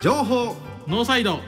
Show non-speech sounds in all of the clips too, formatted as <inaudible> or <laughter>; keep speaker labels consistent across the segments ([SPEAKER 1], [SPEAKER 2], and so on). [SPEAKER 1] 情報
[SPEAKER 2] ノーサイド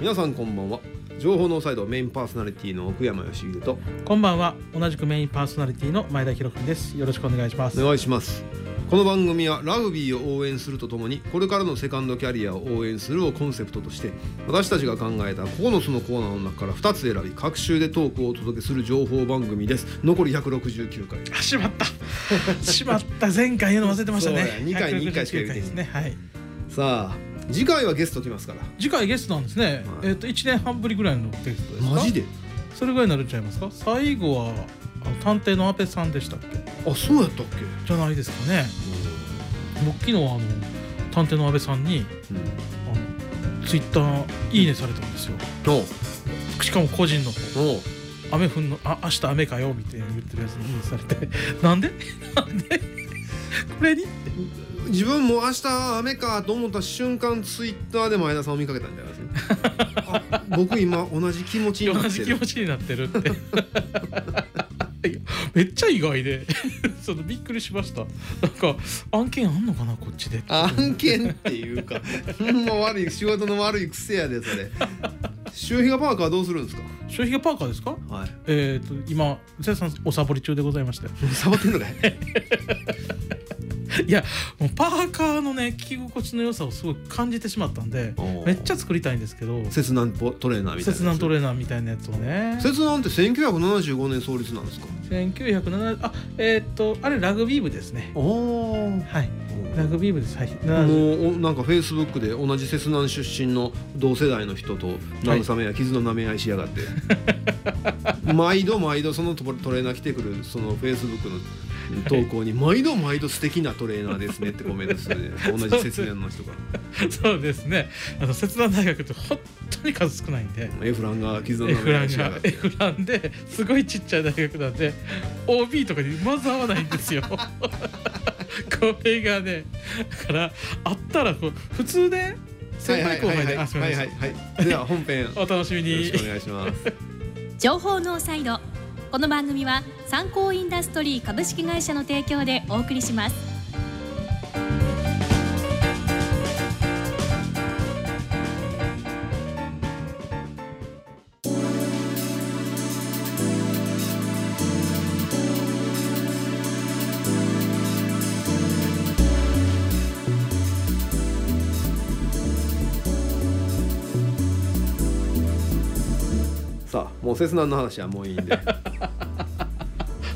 [SPEAKER 1] 皆さんこんばんは情報ノーサイドメインパーソナリティの奥山義秀と
[SPEAKER 2] こんばんは同じくメインパーソナリティの前田博文ですよろしくお願いします
[SPEAKER 1] お願いしますこの番組はラグビーを応援するとともにこれからのセカンドキャリアを応援するをコンセプトとして私たちが考えた9つのコーナーの中から2つ選び各週でトークをお届けする情報番組です残り169回
[SPEAKER 2] あ <laughs> しま <laughs> ったしまった前回言うの忘れてましたね
[SPEAKER 1] そうや二回に一回しか言うてへん
[SPEAKER 2] 169ですねはい
[SPEAKER 1] さあ次回はゲスト来ますから
[SPEAKER 2] 次回ゲストなんですね、
[SPEAKER 1] はい
[SPEAKER 2] えっ、と1年半ぶりぐらいのゲストですか
[SPEAKER 1] マジで
[SPEAKER 2] それぐらいになるんちゃいますか最後はあの探偵の阿部さんでしたっけ
[SPEAKER 1] あそうやったっけ
[SPEAKER 2] じゃないですかね僕昨日あの探偵の阿部さんに
[SPEAKER 1] うん、うん
[SPEAKER 2] あのツイッターいいねされたんですよ
[SPEAKER 1] おう
[SPEAKER 2] しかも個人の方
[SPEAKER 1] おう
[SPEAKER 2] 雨降んのあ明日雨かよみたいに言ってるやつにされてなんで <laughs> なんでこれに
[SPEAKER 1] 自分も明日雨かと思った瞬間ツイッターで前田さんを見かけたんじゃないです
[SPEAKER 2] <laughs>
[SPEAKER 1] かあ僕今同じ気持ちにな
[SPEAKER 2] 同
[SPEAKER 1] って
[SPEAKER 2] じ
[SPEAKER 1] る
[SPEAKER 2] 気持ちになってるって <laughs> いやめっちゃ意外で <laughs> そのびっくりしましたなんか案件あんのかなこっちで
[SPEAKER 1] 案件っていうかほんま悪い仕事の悪い癖やでそれ周平パーカーどうするんですか
[SPEAKER 2] 消費がパーカーですか
[SPEAKER 1] はい
[SPEAKER 2] えっ、と今絶賛おサボり中でございまして
[SPEAKER 1] サボってんのかい
[SPEAKER 2] いやもうパーカーのね着心地の良さをすごい感じてしまったんで
[SPEAKER 1] おー
[SPEAKER 2] めっちゃ作りたいんですけど
[SPEAKER 1] 切断トレーナーみたいな
[SPEAKER 2] 切断トレ
[SPEAKER 1] ー
[SPEAKER 2] ーナーみたいなやつをね
[SPEAKER 1] 切断って1975年創立なんですか
[SPEAKER 2] 1970あえーっとあれラグビー部ですね
[SPEAKER 1] おお
[SPEAKER 2] はいラグビー部ですはい70
[SPEAKER 1] もうおなんかフェイスブックで同じ切断出身の同世代の人と慰めや傷の舐め合いしやがって、 <laughs> 毎度毎度そのトトレーナー来てくるそのフェイスブックの投稿に毎度毎度素敵なトレーナーですねってコメントす <laughs> るね同じ切断の人が
[SPEAKER 2] そうですねあの切断大学って本当に数少ないんで
[SPEAKER 1] F ランが傷の舐
[SPEAKER 2] F
[SPEAKER 1] め合
[SPEAKER 2] ラン
[SPEAKER 1] いしや
[SPEAKER 2] が
[SPEAKER 1] がって
[SPEAKER 2] F ランですごいちっちゃい大学なんで OB とかにまず合わないんですよ <laughs> これがねだからあったらこう普通ね先輩後輩で
[SPEAKER 1] は
[SPEAKER 2] あ
[SPEAKER 1] い
[SPEAKER 2] すみま
[SPEAKER 1] はい
[SPEAKER 2] せ
[SPEAKER 1] は
[SPEAKER 2] ん
[SPEAKER 1] いはいでは <laughs> 本編よ
[SPEAKER 2] お楽しみ
[SPEAKER 1] ろ
[SPEAKER 2] に
[SPEAKER 1] しくお願いします
[SPEAKER 3] 情報ノーサイドこの番組は参考インダストリー株式会社の提供でお送りします
[SPEAKER 1] さあもう切断の話はもういいん <laughs> でこ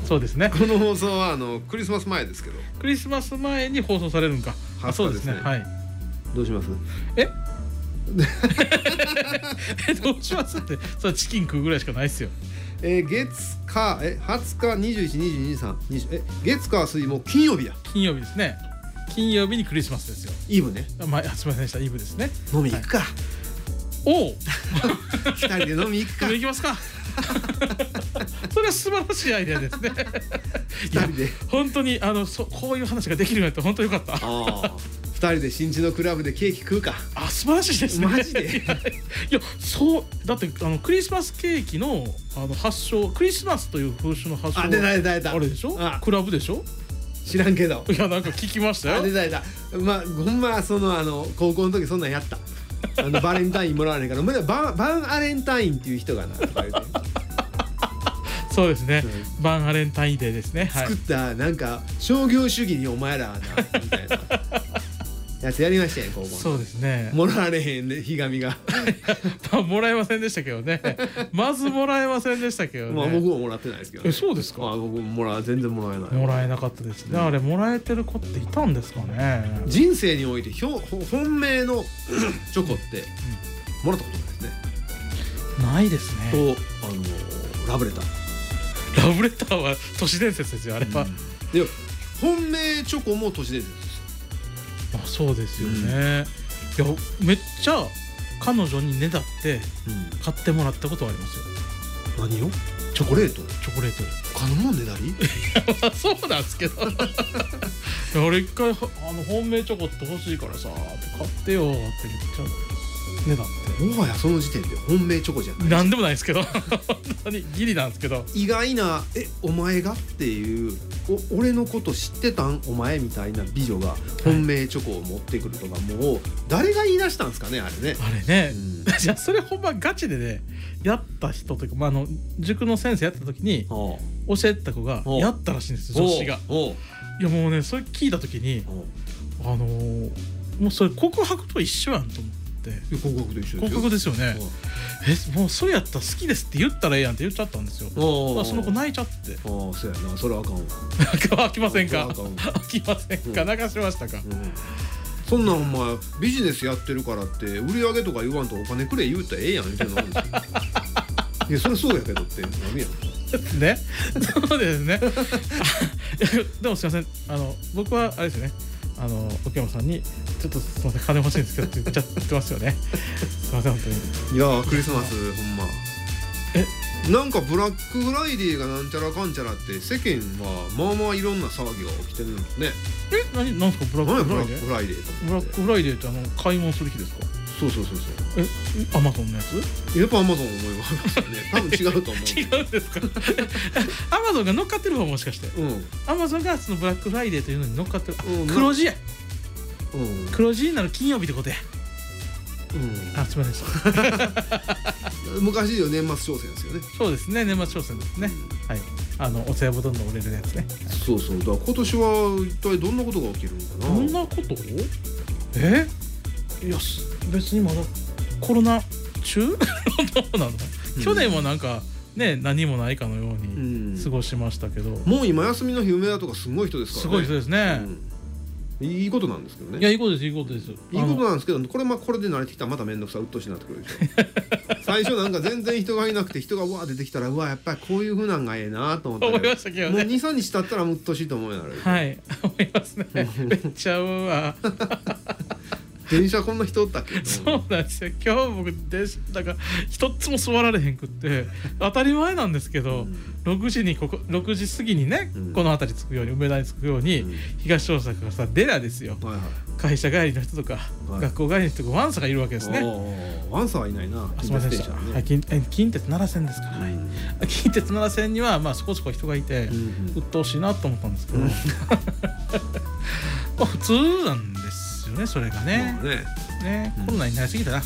[SPEAKER 2] そうですね
[SPEAKER 1] の放送はあのクリスマス前ですけど
[SPEAKER 2] クリスマス前に放送されるんかあそうですね
[SPEAKER 1] 20ですね
[SPEAKER 2] はい
[SPEAKER 1] どうします
[SPEAKER 2] え <laughs> えどうしますってそれチキン食うぐらいしかないっすよ
[SPEAKER 1] えー、月火え20日212223え月火水もう金曜日や
[SPEAKER 2] 金曜日ですね金曜日にクリスマスですよ
[SPEAKER 1] イブね
[SPEAKER 2] あまああすみませんでしたイブですね
[SPEAKER 1] 飲み行くか、
[SPEAKER 2] <laughs> おお
[SPEAKER 1] 二人で飲み行く
[SPEAKER 2] <laughs>
[SPEAKER 1] か
[SPEAKER 2] 行きますかそれは素晴らしいアイデアですねい
[SPEAKER 1] 二
[SPEAKER 2] や
[SPEAKER 1] 人で
[SPEAKER 2] 本当にあのそこういう話ができるようになって本当よかった
[SPEAKER 1] ああ二人で新地のクラブでケーキ食うか
[SPEAKER 2] あ素晴らしいですね
[SPEAKER 1] マジで
[SPEAKER 2] いやいやそうだってあのクリスマスケーキのあの発祥クリスマスという風習の発祥
[SPEAKER 1] あ出た出た出た
[SPEAKER 2] あれでしょ
[SPEAKER 1] あ
[SPEAKER 2] クラブでしょ
[SPEAKER 1] 知らんけど
[SPEAKER 2] いやなんか聞きました
[SPEAKER 1] あ出
[SPEAKER 2] よ
[SPEAKER 1] た出たまあほんまそのあの高校の時そんなんやったあのバレンタインもらわないからお前らバンバンアレンタインっていう人が
[SPEAKER 2] <laughs>
[SPEAKER 1] なとか言って
[SPEAKER 2] そうですね
[SPEAKER 1] う
[SPEAKER 2] バンアレンタインデーですねはい
[SPEAKER 1] 作ったなんか商業主義にお前らはなみたい
[SPEAKER 2] <laughs>
[SPEAKER 1] なやつやりましたよ高校
[SPEAKER 2] そうですね
[SPEAKER 1] <laughs>
[SPEAKER 2] <laughs>
[SPEAKER 1] もらわれへんね日紙が
[SPEAKER 2] まあもらえませんでしたけどね <laughs> まずもらえませんでしたけどね、
[SPEAKER 1] まあ僕ももらってないですけど、
[SPEAKER 2] えそうですか
[SPEAKER 1] あ僕ももら全然もらえない
[SPEAKER 2] もらえなかったですねあれもらえてる子っていたんですかね
[SPEAKER 1] 人生においてひょほ本命の <coughs> チョコってもらったことないですね、
[SPEAKER 2] ないですね
[SPEAKER 1] とあのラブレター
[SPEAKER 2] ラブレターは都市伝説ですよあれは、
[SPEAKER 1] で本命チョコも都市伝説です
[SPEAKER 2] まあそうですよね、いやめっちゃ彼女にねだって買ってもらったことはありますよ
[SPEAKER 1] 何をチョコレート
[SPEAKER 2] チョコレート
[SPEAKER 1] 他のもんねだり
[SPEAKER 2] <laughs> まあそうなんですけど俺一回ほあの本命チョコって欲しいからさ買ってよって言っちゃうねだって
[SPEAKER 1] もはやその時点で本命チョコじゃない
[SPEAKER 2] 何でもないですけど本当にギリなんですけど
[SPEAKER 1] 意外な「えお前が?」っていう「お俺のこと知ってたんお前」みたいな美女が本命チョコを持ってくるとか、もう誰が言い出したんですかねあれね。
[SPEAKER 2] あれね
[SPEAKER 1] うん
[SPEAKER 2] じゃあそれほんまガチでねやった人というか、まあ、あの塾の先生やった時に
[SPEAKER 1] おう
[SPEAKER 2] 教えてた子が
[SPEAKER 1] お
[SPEAKER 2] やったらしいんです女子が
[SPEAKER 1] おう
[SPEAKER 2] いやもうねそれ聞いた時に
[SPEAKER 1] おう
[SPEAKER 2] あのーもうそれ告白と一緒やんと思って
[SPEAKER 1] え告白と一緒です
[SPEAKER 2] 告
[SPEAKER 1] よ
[SPEAKER 2] 白ですよねえもうそれやったら好きですって言ったらええやんって言っちゃったんですよ
[SPEAKER 1] おうおう
[SPEAKER 2] まあその子泣いちゃ <laughs> って
[SPEAKER 1] ああそうやなそれはあかんわ
[SPEAKER 2] 飽きませんか
[SPEAKER 1] それはあかんわ
[SPEAKER 2] 飽きませんか
[SPEAKER 1] うん
[SPEAKER 2] 泣かしましたか
[SPEAKER 1] うんそんなんお前ビジネスやってるからって売り上げとか言わんとお金くれ言うたらええやんみたいなもん
[SPEAKER 2] <laughs>
[SPEAKER 1] ですよいやそれそうやけどってなるやん
[SPEAKER 2] <laughs> ねそうですね <laughs> あでもすいませんあの僕はあれですよねあの奥山さんに「ちょっとすいません金欲しいんですけど」って言っちゃってます <laughs> よねすいません本当に
[SPEAKER 1] いやークリスマスほんま
[SPEAKER 2] え
[SPEAKER 1] なんかブラックフライデーがなんちゃらかんちゃらって世間はまあまあいろんな騒ぎが起きてるのね
[SPEAKER 2] え何何ですかブラ
[SPEAKER 1] 何
[SPEAKER 2] ッ
[SPEAKER 1] や
[SPEAKER 2] ク
[SPEAKER 1] ブ
[SPEAKER 2] フラ
[SPEAKER 1] ラ
[SPEAKER 2] イデ
[SPEAKER 1] ック
[SPEAKER 2] ー
[SPEAKER 1] フライデーと思
[SPEAKER 2] ブ
[SPEAKER 1] っ
[SPEAKER 2] ラッ
[SPEAKER 1] て
[SPEAKER 2] クフライデーってあの買い物する日ですか
[SPEAKER 1] そうそうそうそ
[SPEAKER 2] えアマゾンのやつ
[SPEAKER 1] うやっぱアマゾン思いますよね多分違うと思う
[SPEAKER 2] 違
[SPEAKER 1] <laughs>
[SPEAKER 2] うんですか <laughs> アマゾンが乗っかってる方もしかして
[SPEAKER 1] う
[SPEAKER 2] アマゾンがそのブラックフライデーというのに乗っかってるあ
[SPEAKER 1] うん
[SPEAKER 2] 黒字や
[SPEAKER 1] んうん
[SPEAKER 2] 黒字になる金曜日ってことや
[SPEAKER 1] う
[SPEAKER 2] あすみま
[SPEAKER 1] <laughs>
[SPEAKER 2] せん
[SPEAKER 1] ん昔よ年末商戦ですよね
[SPEAKER 2] そうですね年末商戦ですねはいあのお歳暮どんどん売れるやつね
[SPEAKER 1] そうそうだから今年は一体どんなことが起きるのかな
[SPEAKER 2] どんなことえいやす別にまだコロナ中 <laughs> どうな
[SPEAKER 1] う
[SPEAKER 2] の、
[SPEAKER 1] ん
[SPEAKER 2] 去年もなんかね何もないかのよう
[SPEAKER 1] う
[SPEAKER 2] に
[SPEAKER 1] ん
[SPEAKER 2] 過ごしましたけど、
[SPEAKER 1] もう今休みの日梅田とかすごい人ですからね
[SPEAKER 2] すごい人ですね、
[SPEAKER 1] うんいいことなんですけどね
[SPEAKER 2] いやいいことですいいことですいい
[SPEAKER 1] いいことなんですけどこれまあこれで慣れてきたらまた面倒くさうっとうしになってくるでし
[SPEAKER 2] <laughs>
[SPEAKER 1] ょ最初なんか全然人がいなくて人がうわー出てきたらうわーやっぱりこういうふうなんがええなと思った
[SPEAKER 2] 思い
[SPEAKER 1] け
[SPEAKER 2] ま
[SPEAKER 1] ど
[SPEAKER 2] したけど
[SPEAKER 1] もう
[SPEAKER 2] ね
[SPEAKER 1] 23日経ったらうっとうしいと思うようになる、
[SPEAKER 2] はい <laughs> 思いま
[SPEAKER 1] <laughs>
[SPEAKER 2] すねめっちゃうわ
[SPEAKER 1] 電車こんな人おったっけ
[SPEAKER 2] そうなんですよ今日僕電車だから一つも座られへんくって当たり前なんですけ
[SPEAKER 1] う
[SPEAKER 2] ど、
[SPEAKER 1] ん
[SPEAKER 2] 6時にここ6時過ぎにね、
[SPEAKER 1] うん
[SPEAKER 2] この辺り着くように梅田に着くように、東大阪がさデラですよ
[SPEAKER 1] うんはいはい
[SPEAKER 2] 会社帰りの人とか、
[SPEAKER 1] はい
[SPEAKER 2] 学校帰りの人とかワンサがいるわけですね。
[SPEAKER 1] おーワンサーはいないな
[SPEAKER 2] あすみませんでした、
[SPEAKER 1] 電車ね
[SPEAKER 2] はい、近え近鉄奈良線ですから、
[SPEAKER 1] うん
[SPEAKER 2] 近鉄奈良線にはまあそこそこ人がいて、
[SPEAKER 1] うんうん
[SPEAKER 2] 鬱陶しいなと思ったんですけど、
[SPEAKER 1] うん
[SPEAKER 2] <laughs> まあ普通なんですよねそれがね
[SPEAKER 1] まあね
[SPEAKER 2] ね
[SPEAKER 1] うん
[SPEAKER 2] コロナになりすぎたな、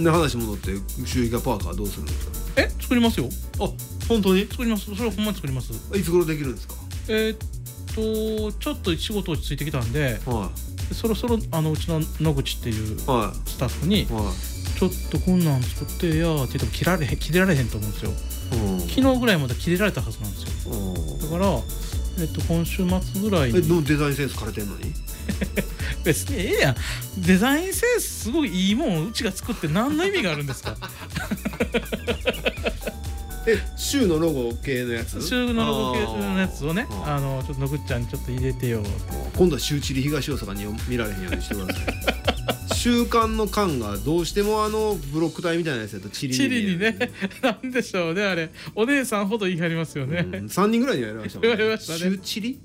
[SPEAKER 1] で話戻って収益がパーカーどうするんですか
[SPEAKER 2] え作りますよ
[SPEAKER 1] あ本当に
[SPEAKER 2] 作りますそれはほんまに作ります
[SPEAKER 1] いつ頃できるんですか
[SPEAKER 2] えーっとちょっと仕事落ち着いてきたんで
[SPEAKER 1] は
[SPEAKER 2] そろそろあのうちの野口ってい
[SPEAKER 1] い
[SPEAKER 2] う
[SPEAKER 1] は
[SPEAKER 2] スタッフに
[SPEAKER 1] いは
[SPEAKER 2] 「ちょっとこんなん作ってや」って言っても切られへん切れられへんと思うんですよ
[SPEAKER 1] いうん
[SPEAKER 2] 昨日ぐらいまで切れられたはずなんですよ
[SPEAKER 1] うん
[SPEAKER 2] だから、えっと、今週末ぐらい
[SPEAKER 1] えで
[SPEAKER 2] に
[SPEAKER 1] もデザインセンス枯れてんのに
[SPEAKER 2] 別にええやんデザインセンスすごいいいもんをうちが作って何の意味があるんで
[SPEAKER 1] <laughs>
[SPEAKER 2] すか
[SPEAKER 1] え週のロゴ系のやつ
[SPEAKER 2] 週のロゴ系のやつをね
[SPEAKER 1] あー
[SPEAKER 2] あのちょっと野口ちゃんにちょっと入れてよ
[SPEAKER 1] 今度は週チリ東大阪に見られへんようにして
[SPEAKER 2] <laughs>
[SPEAKER 1] ください週刊の刊がどうしてもあのブロック体みたいなやつやとチリ
[SPEAKER 2] チリに
[SPEAKER 1] 見える
[SPEAKER 2] ね <laughs> なんでしょうねあれお姉さんほど言い張りますよ
[SPEAKER 1] う
[SPEAKER 2] ね、
[SPEAKER 1] ん、3人ぐらいにはやりましたもん
[SPEAKER 2] やりましたね
[SPEAKER 1] 週チリ、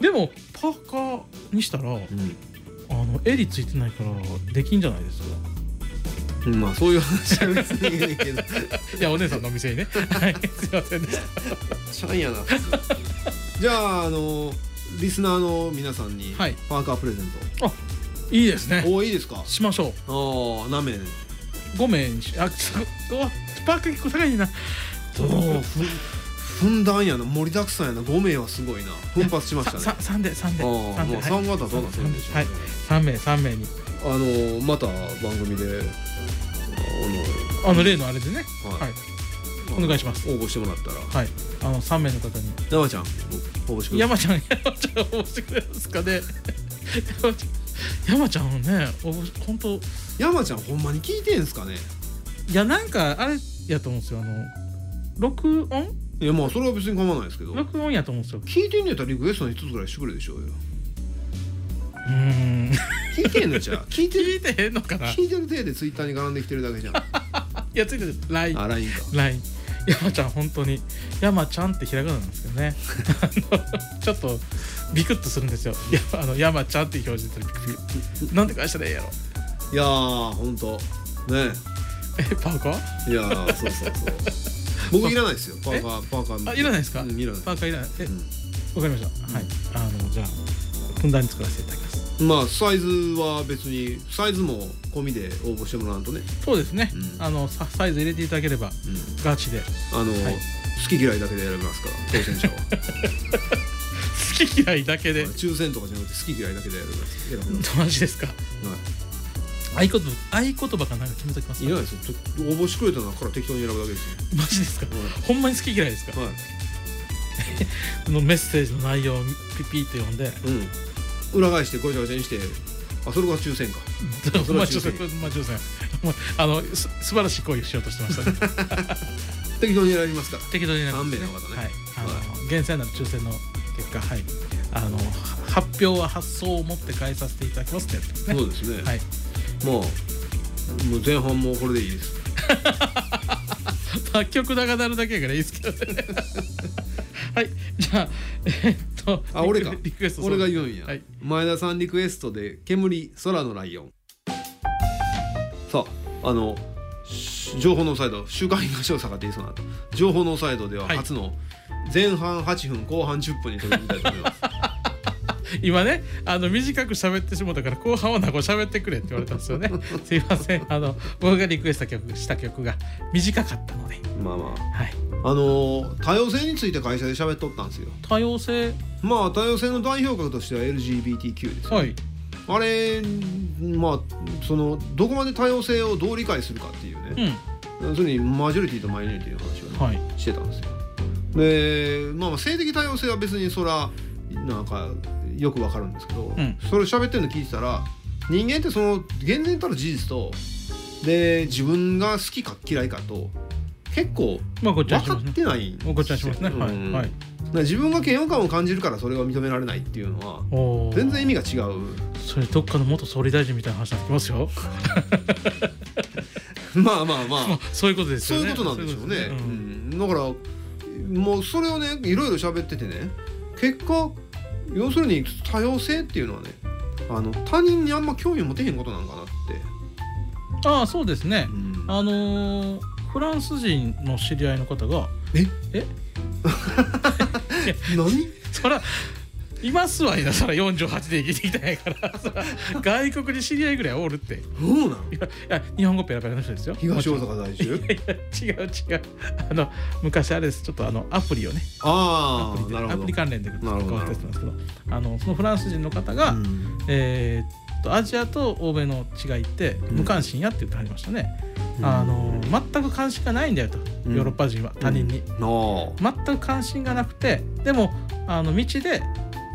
[SPEAKER 2] でもパーカーにしたらあの襟ついてないからできんじゃないですか
[SPEAKER 1] うん、まあそういう話は別にいいけど <laughs>
[SPEAKER 2] いやお姉さんのお店にね <laughs> はいすいませんでした
[SPEAKER 1] シャンやな普通じゃああのリスナーの皆さんに
[SPEAKER 2] はい
[SPEAKER 1] パーカープレゼン
[SPEAKER 2] いいです
[SPEAKER 1] ト、
[SPEAKER 2] ね
[SPEAKER 1] おおいいですか
[SPEAKER 2] しましょう
[SPEAKER 1] ああ何名
[SPEAKER 2] 5名にしあすごうわパーカー結構高いな
[SPEAKER 1] おおふんふんだんやな盛りだくさんやな5名はすごいな奮発しましたね
[SPEAKER 2] ささ3で3で
[SPEAKER 1] ああ
[SPEAKER 2] 3
[SPEAKER 1] も
[SPEAKER 2] で
[SPEAKER 1] う3型どうなってるんでしょう、ね
[SPEAKER 2] はい3名3名に
[SPEAKER 1] あのまた番組で
[SPEAKER 2] あの例のあれでね
[SPEAKER 1] あの、
[SPEAKER 2] はいお願いします
[SPEAKER 1] 応募してもらったら
[SPEAKER 2] はいあの3名の方に
[SPEAKER 1] 山ちゃん応募してくださ
[SPEAKER 2] 山ちゃん山ちゃん応募してくれますかね <laughs> 山ちゃん山ちゃんね応募本当
[SPEAKER 1] い山ちゃんほんまに聞いてんすかね
[SPEAKER 2] いやなんかあれやと思うんですよあの録音
[SPEAKER 1] いやまあそれは別に構わないですけど
[SPEAKER 2] 録音やと思うんですよ
[SPEAKER 1] 聞いてんのやったらリクエストの一つぐらいしてくれでしょうよ
[SPEAKER 2] うーん
[SPEAKER 1] 聞いてんのじゃあ聞いてる
[SPEAKER 2] <laughs> 聞いてへんのかない
[SPEAKER 1] 聞いてる体でツイッターに絡んできてるだけじゃん
[SPEAKER 2] やついてる LINE
[SPEAKER 1] あラインか
[SPEAKER 2] LINE い山ちゃん本当に山ちゃんってひらがななんですけどね <laughs> あのちょっとビクッとするんですよいやあの山ちゃんって表示でたらビクビクなんで会社でええやろ
[SPEAKER 1] いやー本当ね
[SPEAKER 2] えパーカー
[SPEAKER 1] いやーそうそうそう僕いらない
[SPEAKER 2] <laughs>
[SPEAKER 1] ですよパーカーパーカー
[SPEAKER 2] あいらないですか
[SPEAKER 1] うんいらない
[SPEAKER 2] パーカーいらないえ
[SPEAKER 1] う
[SPEAKER 2] わかりました、はいあのじゃあふんだんに作らせていただきます
[SPEAKER 1] んまあサイズは別にサイズも込みで応募してもらわんとね、
[SPEAKER 2] そうですね、
[SPEAKER 1] うん
[SPEAKER 2] あのさサイズ入れていただければ
[SPEAKER 1] うん
[SPEAKER 2] ガチで好
[SPEAKER 1] あの、
[SPEAKER 2] はい
[SPEAKER 1] 好き嫌いだけで選べますから当選者は
[SPEAKER 2] き嫌いだけで
[SPEAKER 1] 抽選とかじゃなくて好き嫌いだけで選べます選べます、
[SPEAKER 2] マジですか
[SPEAKER 1] は
[SPEAKER 2] 合言葉合言葉かなんか決めときます
[SPEAKER 1] い、いらないですよと応募してくれたのはから適当に選ぶだけですよ
[SPEAKER 2] マジですかほんまに好き嫌いですか、
[SPEAKER 1] はい、はい、
[SPEAKER 2] このメッセージの内容をピピって読ん <laughs> で
[SPEAKER 1] うん裏返してごちゃごちゃにしてあそれが抽選かそれ
[SPEAKER 2] ま
[SPEAKER 1] は
[SPEAKER 2] あちょっと
[SPEAKER 1] 抽
[SPEAKER 2] これまあちょっとねもう <laughs> あのす素晴らしい行為をしようとしてました、 <laughs> ね、
[SPEAKER 1] 適当に選びますから
[SPEAKER 2] 適当にね
[SPEAKER 1] 三名の方ね
[SPEAKER 2] はいあの、
[SPEAKER 1] は
[SPEAKER 2] 厳選なる抽選の結果はいあのは発表は発想を持って変えさせていただきますってやつですね
[SPEAKER 1] そうですね、
[SPEAKER 2] はい
[SPEAKER 1] まあもう前半もうこれでいいです
[SPEAKER 2] 楽曲だが鳴るだけやからいいですけどね <laughs> はいじゃあえっと
[SPEAKER 1] あ俺か
[SPEAKER 2] リクエスト
[SPEAKER 1] 俺が言うんや、
[SPEAKER 2] はい
[SPEAKER 1] 前田さんリクエストで「煙空のライオン」さああのし情報ノーサイド週刊東大阪って言いそうになった情報ノーサイドでは
[SPEAKER 2] はい
[SPEAKER 1] 初の前半8分後半10分に取り組みたいと思います
[SPEAKER 2] 今ねあの短く喋ってしもたから後半はなんか喋ってくれって言われたんです
[SPEAKER 1] <laughs>
[SPEAKER 2] よねすいませんあの僕がリクエスト曲した曲が短かったので
[SPEAKER 1] まあま
[SPEAKER 2] はい
[SPEAKER 1] ああのー多様性について会社で喋っとったんですよ
[SPEAKER 2] 多様性
[SPEAKER 1] まあ多様性の代表格としては LGBTQ ですよ、
[SPEAKER 2] はい
[SPEAKER 1] あれまあそのどこまで多様性をどう理解するかっていう
[SPEAKER 2] う
[SPEAKER 1] ね、
[SPEAKER 2] ん
[SPEAKER 1] 要するにマジョリティとマイノリティの話をね、
[SPEAKER 2] はい
[SPEAKER 1] してたんですよ。でまあまあ性的多様性は別にそらなんかよくわかるんですけど、
[SPEAKER 2] ん
[SPEAKER 1] それを喋ってるの聞いてたら人間ってその厳然たる事実とで自分が好きか嫌いかと結構
[SPEAKER 2] まあごっちゃ
[SPEAKER 1] 分
[SPEAKER 2] にし
[SPEAKER 1] か
[SPEAKER 2] ます
[SPEAKER 1] っ
[SPEAKER 2] ね
[SPEAKER 1] てないんですよ
[SPEAKER 2] ごっちゃにしますねは
[SPEAKER 1] う
[SPEAKER 2] い
[SPEAKER 1] ん
[SPEAKER 2] は
[SPEAKER 1] だか
[SPEAKER 2] い
[SPEAKER 1] ら自分が嫌悪感を感じるからそれが認められないっていうのは
[SPEAKER 2] おー
[SPEAKER 1] 全然意味が違う <laughs>
[SPEAKER 2] それどっかの元総理大臣みたいな話になってきますよ
[SPEAKER 1] まあまあまあ
[SPEAKER 2] まあ <laughs> そういうことです
[SPEAKER 1] そう
[SPEAKER 2] よ
[SPEAKER 1] い
[SPEAKER 2] ね
[SPEAKER 1] うことなんでしょうね
[SPEAKER 2] そういうことですうん
[SPEAKER 1] うんだからもうそれをねいろいろ喋っててね結果要するに多様性っていうのはねあの他人にあんま興味持てへんことなんかなって、
[SPEAKER 2] ああそうですね
[SPEAKER 1] うん
[SPEAKER 2] あのーフランス人の知り合いの方が
[SPEAKER 1] え
[SPEAKER 2] え
[SPEAKER 1] 何
[SPEAKER 2] そらいますわいなそら48で生きてきたんやからそら外国に知り合いぐらいおるってい
[SPEAKER 1] そうなん
[SPEAKER 2] やいや日本語ペラペラの人ですよ
[SPEAKER 1] 東大
[SPEAKER 2] も
[SPEAKER 1] 阪在住
[SPEAKER 2] ちろん違う違うあの昔あれですちょっとあのアプリをねア
[SPEAKER 1] あ
[SPEAKER 2] プリ
[SPEAKER 1] あなる
[SPEAKER 2] でアプ
[SPEAKER 1] ほ
[SPEAKER 2] リ
[SPEAKER 1] ど
[SPEAKER 2] 関連で関
[SPEAKER 1] なるほど
[SPEAKER 2] わってたんですけどあのそのフランス人の方が、
[SPEAKER 1] うん
[SPEAKER 2] えーっとアジアと欧米の違いって
[SPEAKER 1] うん
[SPEAKER 2] 無関心やって言ってはりましたね、あの全く関心がないんだよと、
[SPEAKER 1] うん
[SPEAKER 2] ヨーロッパ人は他人に、
[SPEAKER 1] うんあ
[SPEAKER 2] 全く関心がなくてでもあの道で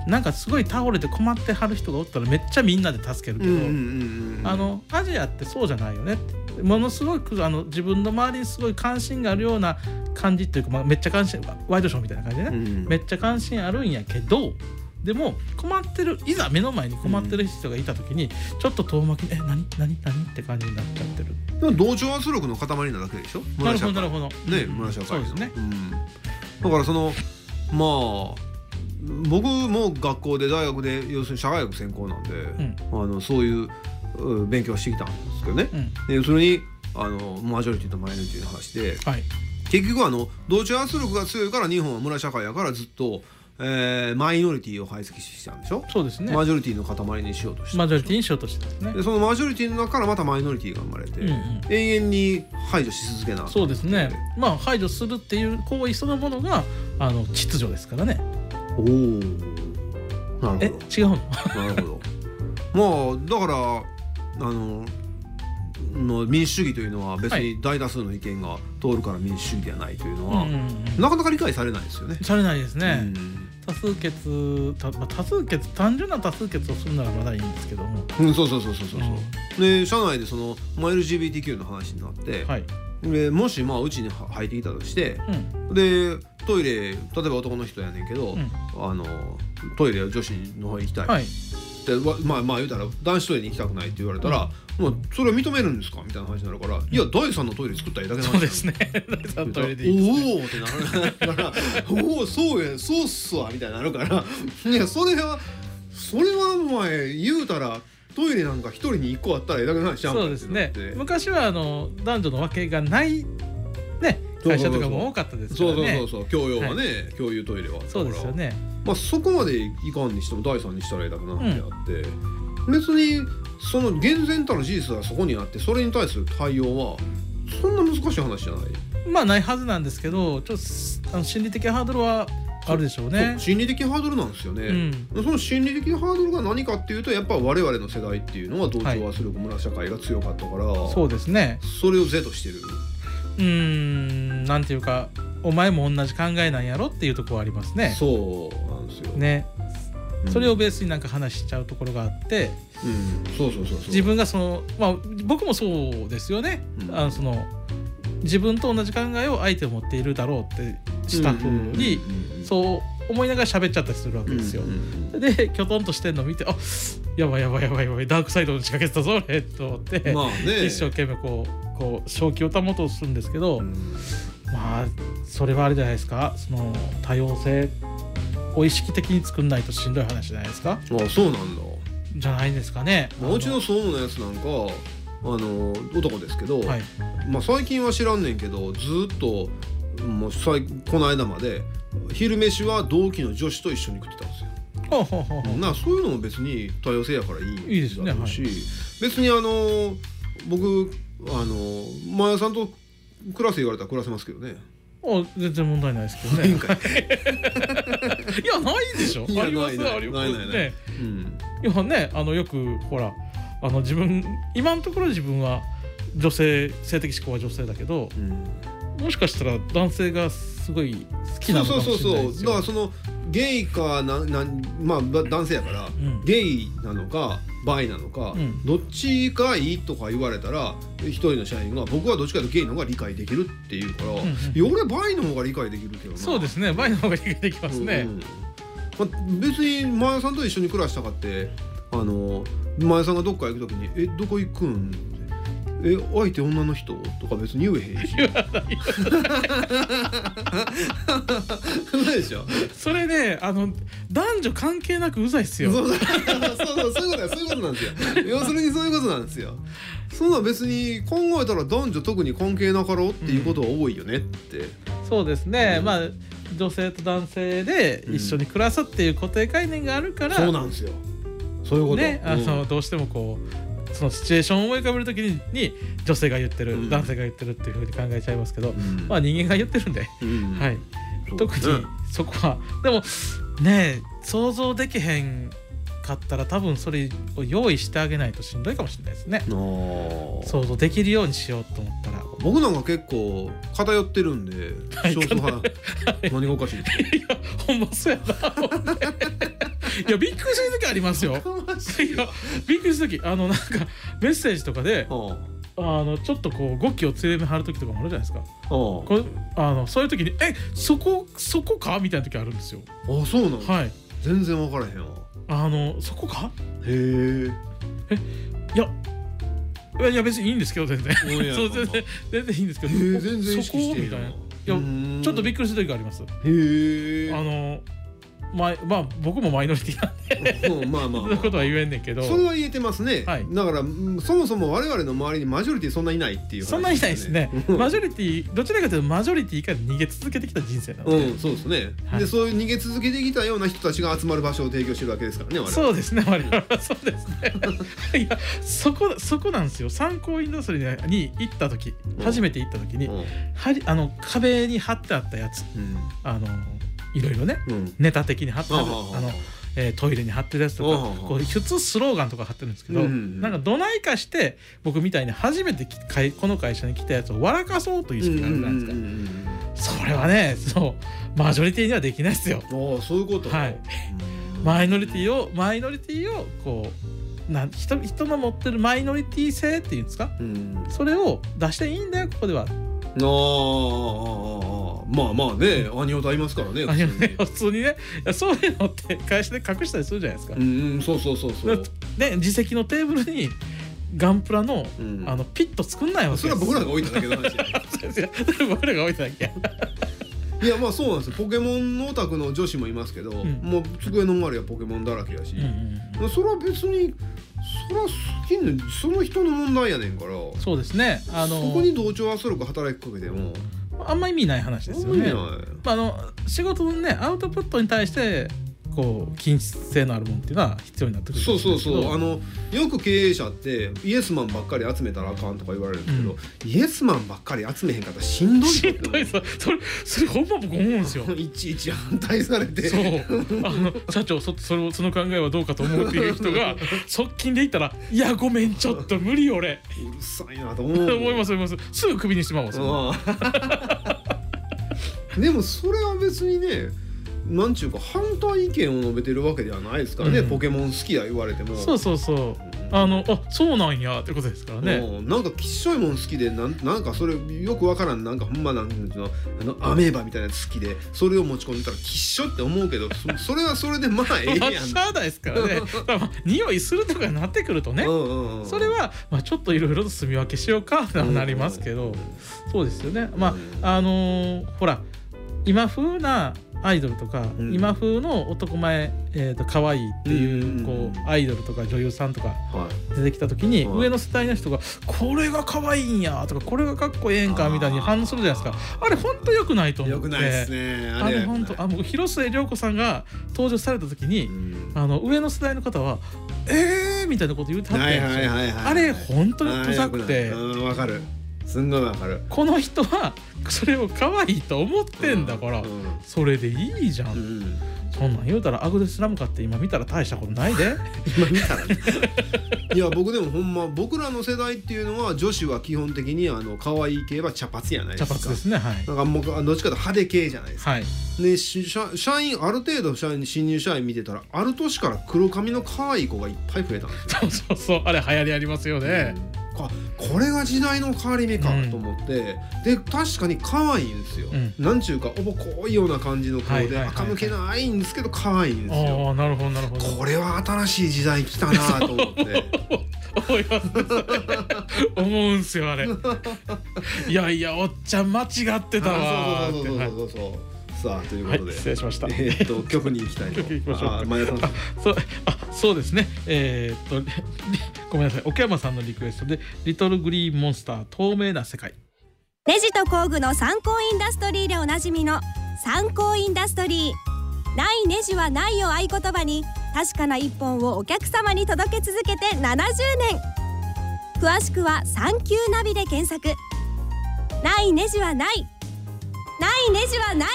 [SPEAKER 2] なんかすごい倒れて困ってはる人がおったらめっちゃみんなで助ける
[SPEAKER 1] あ
[SPEAKER 2] けど、
[SPEAKER 1] ん
[SPEAKER 2] あのアジアってそうじゃないよねってものすごくあの自分の周りにすごい関心があるような感じっていうか、まあ、めっちゃ関心ワイドショーみたいな感じでね、
[SPEAKER 1] うん
[SPEAKER 2] めっちゃ関心あるんやけどでも困ってるいざ目の前に困ってる人がいた時に、ちょっと遠巻きに「え何何何?」って感じになっちゃってる。
[SPEAKER 1] でも同調圧力の塊なだけでしょ
[SPEAKER 2] なるほど
[SPEAKER 1] 村
[SPEAKER 2] な
[SPEAKER 1] 社会
[SPEAKER 2] るほど。
[SPEAKER 1] ね
[SPEAKER 2] うん
[SPEAKER 1] 村社
[SPEAKER 2] そ
[SPEAKER 1] 会
[SPEAKER 2] う
[SPEAKER 1] の
[SPEAKER 2] ですね。
[SPEAKER 1] うん、だからそのまあ僕も学校で大学で要するに社会学専攻なんで、
[SPEAKER 2] ん
[SPEAKER 1] あのそういううん勉強はしてきたんですけどね、
[SPEAKER 2] うん
[SPEAKER 1] で要するにあのマジョリティとマイノリティの話で
[SPEAKER 2] はい。
[SPEAKER 1] 結局あの同調圧力が強いから日本は村社会やからずっと、えーマイノリティを排斥してきたんでしょ、
[SPEAKER 2] そうですね。
[SPEAKER 1] マジョリティの塊にしようとして
[SPEAKER 2] マジョリティにしようとしてたんですね
[SPEAKER 1] で。そのマジョリティの中からまたマイノリティが生まれて、
[SPEAKER 2] うんうん
[SPEAKER 1] 永遠に排除し続けな
[SPEAKER 2] そうですね。まあ排除するっていう行為そのものがあの秩序ですからね。
[SPEAKER 1] おおなるほ
[SPEAKER 2] え
[SPEAKER 1] ど
[SPEAKER 2] 違うの？
[SPEAKER 1] なるほど。まあだからあのの民主主義というのは別に大多数の意見が通るから民主主義ではないというのは、
[SPEAKER 2] うんうんうん
[SPEAKER 1] なかなか理解されないですよね。
[SPEAKER 2] されないですね。
[SPEAKER 1] うん
[SPEAKER 2] 多数決た、まあ、多数決単純な多数決をするならまだいいんですけども。
[SPEAKER 1] うん、そうそうそうそうそうそう。で社内でその、まあ、LGBTQ の話になって、
[SPEAKER 2] はい。
[SPEAKER 1] でもしまあうちには入ってきたとして
[SPEAKER 2] うん
[SPEAKER 1] でトイレ例えば男の人やねんけど、
[SPEAKER 2] うん
[SPEAKER 1] あのトイレは女子の方に行きたい、
[SPEAKER 2] はい。
[SPEAKER 1] でわまあまあ言うたら男子トイレに行きたくないって言われたら、まあ、それは認めるんですかみたいな話になるからいや第三のトイレ作ったらええだけの話
[SPEAKER 2] そうですね。 <laughs> 第三トイレでいいですね。
[SPEAKER 1] おおってなるから「おおそうやそうっすわ」みたいになるからいやそれはそれはお前言うたらトイレなんか一人に一個あったらええだけの話ちゃうんか
[SPEAKER 2] そうですね
[SPEAKER 1] ってなって
[SPEAKER 2] 昔はあの男女の分けがない、ね、
[SPEAKER 1] そうそうそう
[SPEAKER 2] 会社とかも多かったですか
[SPEAKER 1] そ
[SPEAKER 2] ら
[SPEAKER 1] うそうそう
[SPEAKER 2] ね
[SPEAKER 1] そう共用はね、共有トイレは
[SPEAKER 2] そうですよね
[SPEAKER 1] まあ、そこまでいかんにしても第三にしたらええだけなんであって、別にその厳然たる事実がそこにあってそれに対する対応はそんな難しい話じゃない、
[SPEAKER 2] まあないはずなんですけどちょっとあの心理的ハードルはあるでしょうね
[SPEAKER 1] そう。心理的ハードルなんですよ
[SPEAKER 2] う
[SPEAKER 1] ね、
[SPEAKER 2] ん
[SPEAKER 1] その心理的ハードルが何かっていうとやっぱ我々の世代っていうのは同調圧力村社会が強かったから、
[SPEAKER 2] そうですね
[SPEAKER 1] それを是としてる
[SPEAKER 2] うーんなんていうかお前も同じ考えなんやろっていうところはありますね。
[SPEAKER 1] そうなんですよ、
[SPEAKER 2] ね
[SPEAKER 1] うん
[SPEAKER 2] それをベースになんか話しちゃうところがあって
[SPEAKER 1] うん、そうそうそうそう
[SPEAKER 2] 自分がそのまあ僕もそうですよね、
[SPEAKER 1] うん
[SPEAKER 2] あのその自分と同じ考えを相手を持っているだろうってしたふうにそう思いながら喋っちゃったりするわけですよ。
[SPEAKER 1] うんうんうん
[SPEAKER 2] できょとんとしてんの見てあやばいやばいやばいやばいダークサイドに仕掛けてたぞ俺と思って、
[SPEAKER 1] まあね
[SPEAKER 2] 一生懸命こうこう正気を保とうとするんですけど、
[SPEAKER 1] うん
[SPEAKER 2] まあそれはあれじゃないですかその多様性を意識的に作んないとしんどい話じゃないですか
[SPEAKER 1] あそうなんだ
[SPEAKER 2] じゃないんですかね。
[SPEAKER 1] まあうちの総務のやつなんかあの男ですけど、
[SPEAKER 2] はい、
[SPEAKER 1] まあ、最近は知らんねんけどずーっともう最この間まで昼飯は同期の女子と一緒に食ってたんですよ。
[SPEAKER 2] ほうほうほうほう
[SPEAKER 1] なそういうのも別に多様性やからいい
[SPEAKER 2] いいですね
[SPEAKER 1] だろうし、別にあの僕あのマヤさんと暮らせ言われたら暮らせますけどね。
[SPEAKER 2] あ全然問題ないですけどね。 <laughs> いやないでしょ。
[SPEAKER 1] いや
[SPEAKER 2] あります
[SPEAKER 1] ないない
[SPEAKER 2] ありま
[SPEAKER 1] ない
[SPEAKER 2] す
[SPEAKER 1] ないない
[SPEAKER 2] ね。
[SPEAKER 1] うん、
[SPEAKER 2] いやねあのよくほらあの自分今のところ自分は女性性的思考は女性だけど
[SPEAKER 1] うん、
[SPEAKER 2] もしかしたら男性がすごい好きなのかもしれないです
[SPEAKER 1] だか
[SPEAKER 2] よ
[SPEAKER 1] ら。そのゲイかななんまあば男性やから、
[SPEAKER 2] ん
[SPEAKER 1] ゲイなのかバイなのか、
[SPEAKER 2] うん
[SPEAKER 1] どっちがいいとか言われたら一人の社員が僕はどっちかというとゲイの方が理解できるっていうから、
[SPEAKER 2] んうん
[SPEAKER 1] いや俺バイの方が理解できるけどな
[SPEAKER 2] そうですね前の方が理解できますね
[SPEAKER 1] う。んまあ、別に真矢さんと一緒に暮らしたかってあの真矢さんがどっか行く時に「えどこ行くん?」え相手女の人?」とか別に言えへん
[SPEAKER 2] <laughs>
[SPEAKER 1] し。 <laughs> ないでしょ
[SPEAKER 2] それねあの男女関係なくうざいっす
[SPEAKER 1] そう <laughs> そう
[SPEAKER 2] よ。
[SPEAKER 1] そうそうそういうことだよそういうことなんですよ要するにそういうことなんですよそんなん別に考えたら男女特に関係なかろうっていうことは多いよねって、
[SPEAKER 2] そうですね、
[SPEAKER 1] うん
[SPEAKER 2] まあ女性と男性で一緒に暮らすっていう固定概念があるから、
[SPEAKER 1] そうなんですよそういうこと
[SPEAKER 2] ねあ
[SPEAKER 1] うん
[SPEAKER 2] の、どうしてもこうそのシチュエーションを思い浮かべるときにに女性が言ってる、
[SPEAKER 1] うん
[SPEAKER 2] 男性が言ってるっていうふうに考えちゃいますけど、
[SPEAKER 1] うん
[SPEAKER 2] まあ人間が言ってるんで、
[SPEAKER 1] うん
[SPEAKER 2] はい、
[SPEAKER 1] そう
[SPEAKER 2] 特に
[SPEAKER 1] ね
[SPEAKER 2] そこはでもねえ想像できへんかったら多分それを用意してあげないとしんどいかもしれないですね。
[SPEAKER 1] ああ
[SPEAKER 2] 想像できるようにしようと思ったら
[SPEAKER 1] 僕なんか結構偏ってるんで
[SPEAKER 2] はい
[SPEAKER 1] 少数
[SPEAKER 2] <laughs>
[SPEAKER 1] 派何がおかしいって
[SPEAKER 2] いやほんまそうやな思っていやびっくりする時ありますよ。
[SPEAKER 1] おかし
[SPEAKER 2] いやびっくりする時あのなんかメッセージとかで
[SPEAKER 1] ああ
[SPEAKER 2] あのちょっとこう語気を強めに張る時とかもあるじゃないですか
[SPEAKER 1] ああ
[SPEAKER 2] これあのそういう時に「えそこそこか?」みたいな時あるんですよ。
[SPEAKER 1] あそうなの、
[SPEAKER 2] はい
[SPEAKER 1] 全然分からへんわ
[SPEAKER 2] あのそこか
[SPEAKER 1] へえ
[SPEAKER 2] いやいやいや別にいいんですけど全然
[SPEAKER 1] オンエア
[SPEAKER 2] <laughs> そう全然全然いいんですけど
[SPEAKER 1] 全然意識してへん
[SPEAKER 2] そこみたいな
[SPEAKER 1] わ
[SPEAKER 2] いやちょっとびっ
[SPEAKER 1] く
[SPEAKER 2] くりする時があります。
[SPEAKER 1] りへえ
[SPEAKER 2] あのまあ、まあ、僕もマイノリティなんで
[SPEAKER 1] うんまあまあ、
[SPEAKER 2] そん
[SPEAKER 1] ま
[SPEAKER 2] な
[SPEAKER 1] あ、
[SPEAKER 2] ことは言えんねんけど
[SPEAKER 1] それは言えてますね、
[SPEAKER 2] はい
[SPEAKER 1] だからうんそもそも我々の周りにマジョリティそんないないっていう話
[SPEAKER 2] そんなにないですね
[SPEAKER 1] うん
[SPEAKER 2] マジョリティどちらかというとマジョリティから逃げ続けてきた人生なので、
[SPEAKER 1] うんそうですね、
[SPEAKER 2] はい
[SPEAKER 1] でそういう逃げ続けてきたような人たちが集まる場所を提供してるわけですからね我々
[SPEAKER 2] そうですね我々はそうですねいやそこそこなんですよ参考インダストリーに行った時
[SPEAKER 1] うん
[SPEAKER 2] 初めて行った時に、はりあの壁に貼ってあったやつ
[SPEAKER 1] うん
[SPEAKER 2] あのいろいろね
[SPEAKER 1] うんうん
[SPEAKER 2] ネタ的に貼ってある
[SPEAKER 1] はあはあはあ
[SPEAKER 2] あの、えートイレに貼ってるやつと
[SPEAKER 1] はあはあ
[SPEAKER 2] かこう普通スローガンとか貼ってるんですけど、
[SPEAKER 1] うんうん
[SPEAKER 2] なんかどないかして僕みたいに初めてきかいこの会社に来たやつを笑かそうという意識があるじゃないですか、
[SPEAKER 1] うんうんうんうん
[SPEAKER 2] それはねそうマジョリティにはできないですよ
[SPEAKER 1] ああそういうこと。
[SPEAKER 2] はい
[SPEAKER 1] うん。
[SPEAKER 2] マイノリティをマイノリティをこうなん人人の持ってるマイノリティ性っていうんですか
[SPEAKER 1] うん。あ
[SPEAKER 2] それを出していいんだよここでは
[SPEAKER 1] ああああああまあまあね、兄弟いますからね。
[SPEAKER 2] あのね
[SPEAKER 1] 普
[SPEAKER 2] 普通にねいやそういうのって会社で隠したりするじゃないですか
[SPEAKER 1] 通にうんうんそうそうそうそう。
[SPEAKER 2] で自席のテーブルにガンプラの,、
[SPEAKER 1] うん
[SPEAKER 2] あのピット作んないわけ
[SPEAKER 1] それは僕らが置いただけの話じゃない
[SPEAKER 2] いや <laughs> それ僕らが置いただけや
[SPEAKER 1] いやまあそうなんですよポケモンのオタクの女子もいますけど、
[SPEAKER 2] ん
[SPEAKER 1] もう机の周りはポケモンだらけやし、
[SPEAKER 2] うん
[SPEAKER 1] それは別にそれは好きなその人の問題やねんから
[SPEAKER 2] そうですねあの
[SPEAKER 1] そこに同調圧力働きかけても
[SPEAKER 2] あんま意味ない話ですよね
[SPEAKER 1] あんま意味ない
[SPEAKER 2] まあ、あの仕事のねアウトプットに対してこう均質性のあるものっていうのは必要になってくる
[SPEAKER 1] そうそうそうあ
[SPEAKER 2] の
[SPEAKER 1] のよく経営者ってイエスマンばっかり集めたらあかんとか言われるんですけど、イエスマンばっかり集めへんかったらしんどい
[SPEAKER 2] しんどい
[SPEAKER 1] ぞ
[SPEAKER 2] さそれそれほんま僕思うんです
[SPEAKER 1] <laughs>
[SPEAKER 2] よ
[SPEAKER 1] いちいち反対されて
[SPEAKER 2] そうあの社長そそれをその考えはどうかと思うっていう人が側近で言ったら「いやごめんちょっと無理俺
[SPEAKER 1] うるさいなと思」う
[SPEAKER 2] 思います思いますすぐクビにしまおうそんな
[SPEAKER 1] うん <laughs> でもそれは別にねなんちゅうか反対意見を述べてるわけではないですからね、
[SPEAKER 2] うん
[SPEAKER 1] ポケモン好きや言われても
[SPEAKER 2] そうそうそうあのあそうなんやってことですからね
[SPEAKER 1] うんなんかきっしょいもん好きでなんなんかそれよくわからんなんかほんまなんていうのあのアメーバみたいなやつ好きでそれを持ち込んでたらきっしょって思うけどそそれはそれでまあええ
[SPEAKER 2] まあ
[SPEAKER 1] やん
[SPEAKER 2] しゃあないですか
[SPEAKER 1] <laughs>
[SPEAKER 2] らねだから匂いするとかになってくるとね
[SPEAKER 1] うんうんうん
[SPEAKER 2] それは、まあ、ちょっといろいろと住み分けしようかってなりますけど、そうですよねまああのーほら今風なアイドルとか、
[SPEAKER 1] うん
[SPEAKER 2] 今風の男前、えー、と可愛いっていう,、
[SPEAKER 1] うんうんうん
[SPEAKER 2] こうアイドルとか女優さんとか
[SPEAKER 1] は
[SPEAKER 2] 出てきた時に、
[SPEAKER 1] はい
[SPEAKER 2] 上の世代の人が「これが可愛いんや」とか「これがかっこええんか」みたいに反応するじゃないですかあれほんとよくないと
[SPEAKER 1] い
[SPEAKER 2] 思
[SPEAKER 1] よ
[SPEAKER 2] って
[SPEAKER 1] くないですね
[SPEAKER 2] あ
[SPEAKER 1] あれ
[SPEAKER 2] れ本当あもう広末涼子さんが登場された時に、
[SPEAKER 1] うん
[SPEAKER 2] あの上の世代の方は「えー!」みたいなこと言うてはったん
[SPEAKER 1] は
[SPEAKER 2] で
[SPEAKER 1] い
[SPEAKER 2] すよ、
[SPEAKER 1] はいはいはい
[SPEAKER 2] あれ本当に
[SPEAKER 1] あ
[SPEAKER 2] う
[SPEAKER 1] ー
[SPEAKER 2] ざ
[SPEAKER 1] よく
[SPEAKER 2] く
[SPEAKER 1] ない
[SPEAKER 2] て
[SPEAKER 1] うんわかるすんごいわかる
[SPEAKER 2] この人はそれを可愛いと思ってんだから、
[SPEAKER 1] うん
[SPEAKER 2] それでいいじゃん、
[SPEAKER 1] うん
[SPEAKER 2] そんなん言うたらアグデスラムかって今見たら大したことないで
[SPEAKER 1] 今見たらねいや僕でもほんま僕らの世代っていうのは女子は基本的にあの可愛い系は茶髪やないで
[SPEAKER 2] 茶
[SPEAKER 1] すか
[SPEAKER 2] 髪ですねはい
[SPEAKER 1] なんかもうどっちかというと派手系じゃないですか、
[SPEAKER 2] はい
[SPEAKER 1] ね、し社社員ある程度社員新入社員見てたらある年から黒髪の可愛い子がいっぱい増えたんですよ
[SPEAKER 2] そう <laughs> そうそうあれ流行りありますよね、
[SPEAKER 1] あこれが時代の変わり目か
[SPEAKER 2] うん
[SPEAKER 1] と思って、で確かに可愛いんですよ、
[SPEAKER 2] うん
[SPEAKER 1] なんちゅうかおぼこいような感じの子
[SPEAKER 2] はいはい
[SPEAKER 1] で
[SPEAKER 2] はいはい
[SPEAKER 1] 垢抜けないんですけど可愛いんですよ、
[SPEAKER 2] ああなるほどなるほど
[SPEAKER 1] これは新しい時代来たなと思って
[SPEAKER 2] 思いますね思うんす
[SPEAKER 1] <laughs>
[SPEAKER 2] よあれいやいやおっちゃん間違ってたわ
[SPEAKER 1] あ
[SPEAKER 2] ー
[SPEAKER 1] そうそ
[SPEAKER 2] って
[SPEAKER 1] う
[SPEAKER 2] は
[SPEAKER 1] そうそうそう、さあというこ
[SPEAKER 2] い、
[SPEAKER 1] と
[SPEAKER 2] はい、
[SPEAKER 1] で、
[SPEAKER 2] 失礼しました
[SPEAKER 1] <laughs> えーっと曲に行きたいと
[SPEAKER 2] 曲行きましょうか
[SPEAKER 1] あー前田さん
[SPEAKER 2] そうあそうですねえーっとり <laughs> りごめんなさい奥山さんのリクエストで「リトルグリーンモンスター透明な世界
[SPEAKER 4] ネジと工具の参考インダストリーでおなじみの参考インダストリーないネジはないを合言葉に確かな一本をお客様に届け続けて70年詳しくは「サンキューナビ」で検索ないネジはないないネジはない」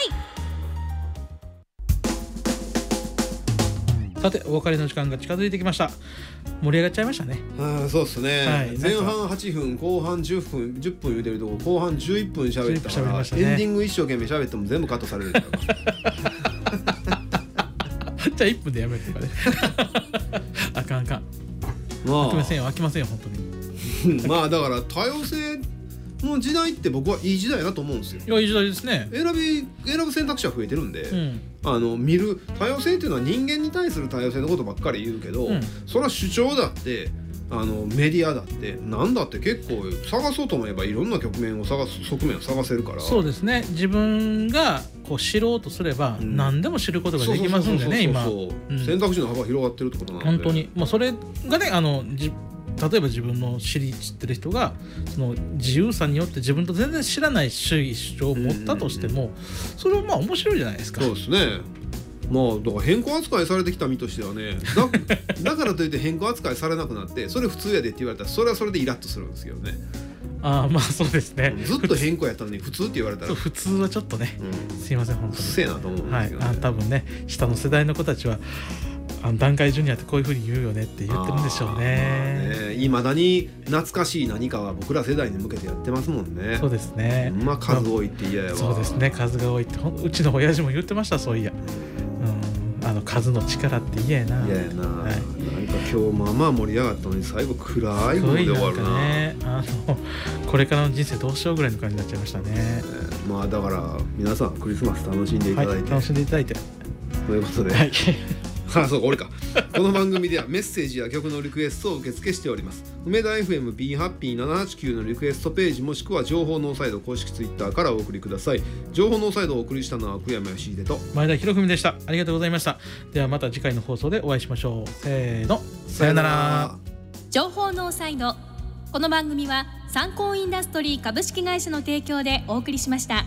[SPEAKER 2] さてお別れの時間が近づいてきました盛り上がっちゃいましたね
[SPEAKER 1] あーそうですね、
[SPEAKER 2] はい
[SPEAKER 1] 前半8分後半10分10分言うてるとこ後半11分喋ったか
[SPEAKER 2] 11分喋り
[SPEAKER 1] ら、
[SPEAKER 2] ましたね
[SPEAKER 1] エンディング一生懸命喋っても全部カットされるん
[SPEAKER 2] <laughs>
[SPEAKER 1] だから
[SPEAKER 2] じゃあ1分でやめるとかね <laughs> あかんあかん
[SPEAKER 1] ま
[SPEAKER 2] 飽きませんよ飽きませんよ本当に
[SPEAKER 1] あまあだから多様性の時代って僕はいい時代だと思うんですよ
[SPEAKER 2] いやいい時代ですね
[SPEAKER 1] 選び選ぶ選択肢は増えてるんで、
[SPEAKER 2] うん
[SPEAKER 1] あの見る多様性っていうのは人間に対する多様性のことばっかり言うけど、
[SPEAKER 2] うん
[SPEAKER 1] それは主張だってあのメディアだってなんだって結構探そうと思えばいろんな局面を探す側面を探せるから
[SPEAKER 2] そうですね自分がこう知ろうとすれば
[SPEAKER 1] うん
[SPEAKER 2] 何でも知ることができますんでね今
[SPEAKER 1] そうそうそうそう
[SPEAKER 2] うん
[SPEAKER 1] 選択肢の幅広がってるってことなので
[SPEAKER 2] 本当にもうそれがねあのじ例えば自分の知り知ってる人がその自由さによって自分と全然知らない主義主張を持ったとしても、それはまあ面白いじゃないですか。
[SPEAKER 1] そうですねまあだから変更扱いされてきた身としてはね
[SPEAKER 2] <laughs>
[SPEAKER 1] だだからといって変更扱いされなくなってそれ普通やでって言われたらそれはそれでイラッとするんですけどね
[SPEAKER 2] ああまあそうですね。
[SPEAKER 1] ずっと変更やったのに普通って言われたら
[SPEAKER 2] そう
[SPEAKER 1] う
[SPEAKER 2] 普通はちょっとね
[SPEAKER 1] んうっ
[SPEAKER 2] すいません本当に。
[SPEAKER 1] せえなと思うんで
[SPEAKER 2] は
[SPEAKER 1] す
[SPEAKER 2] い
[SPEAKER 1] よ、ね
[SPEAKER 2] あ多分ね下の世代の子たちはあの段階ジュニアってこういうふうに言うよねって言ってるんでしょうね。
[SPEAKER 1] いまあね未だに懐かしい何かは僕ら世代に向けてやってますもんね
[SPEAKER 2] そうですね。
[SPEAKER 1] ほんまあ数多いって嫌やわ
[SPEAKER 2] そうですね数が多いってほんうちの親父も言ってましたそういや。うんあの数の力って嫌やな。
[SPEAKER 1] 嫌やな、
[SPEAKER 2] は
[SPEAKER 1] な
[SPEAKER 2] い
[SPEAKER 1] んか今日まあまあ盛り上がったのに最後暗い
[SPEAKER 2] す
[SPEAKER 1] もの
[SPEAKER 2] ご
[SPEAKER 1] で
[SPEAKER 2] い
[SPEAKER 1] 終
[SPEAKER 2] な
[SPEAKER 1] わ
[SPEAKER 2] ん
[SPEAKER 1] る
[SPEAKER 2] か
[SPEAKER 1] な
[SPEAKER 2] ねあのこれからの人生どうしようぐらいの感じになっちゃいましたね
[SPEAKER 1] えーまあだから皆さんクリスマス楽しんでいただい
[SPEAKER 2] はい
[SPEAKER 1] て、
[SPEAKER 2] 楽しんでいただいて
[SPEAKER 1] ということで、 <laughs>
[SPEAKER 2] はい
[SPEAKER 1] あそうか俺かこの番組ではメッセージや曲のリクエストを受付しております梅田 FMBHappy789 のリクエストページもしくは情報ノーサイド公式 Twitter からお送りください情報ノーサイドをお送りしたのは久山義秀と
[SPEAKER 2] 前田博文でしたありがとうございましたではまた次回の放送でお会いしましょうせーのさよなら
[SPEAKER 4] 情報ノーサイドこの番組は参考インダストリー株式会社の提供でお送りしました。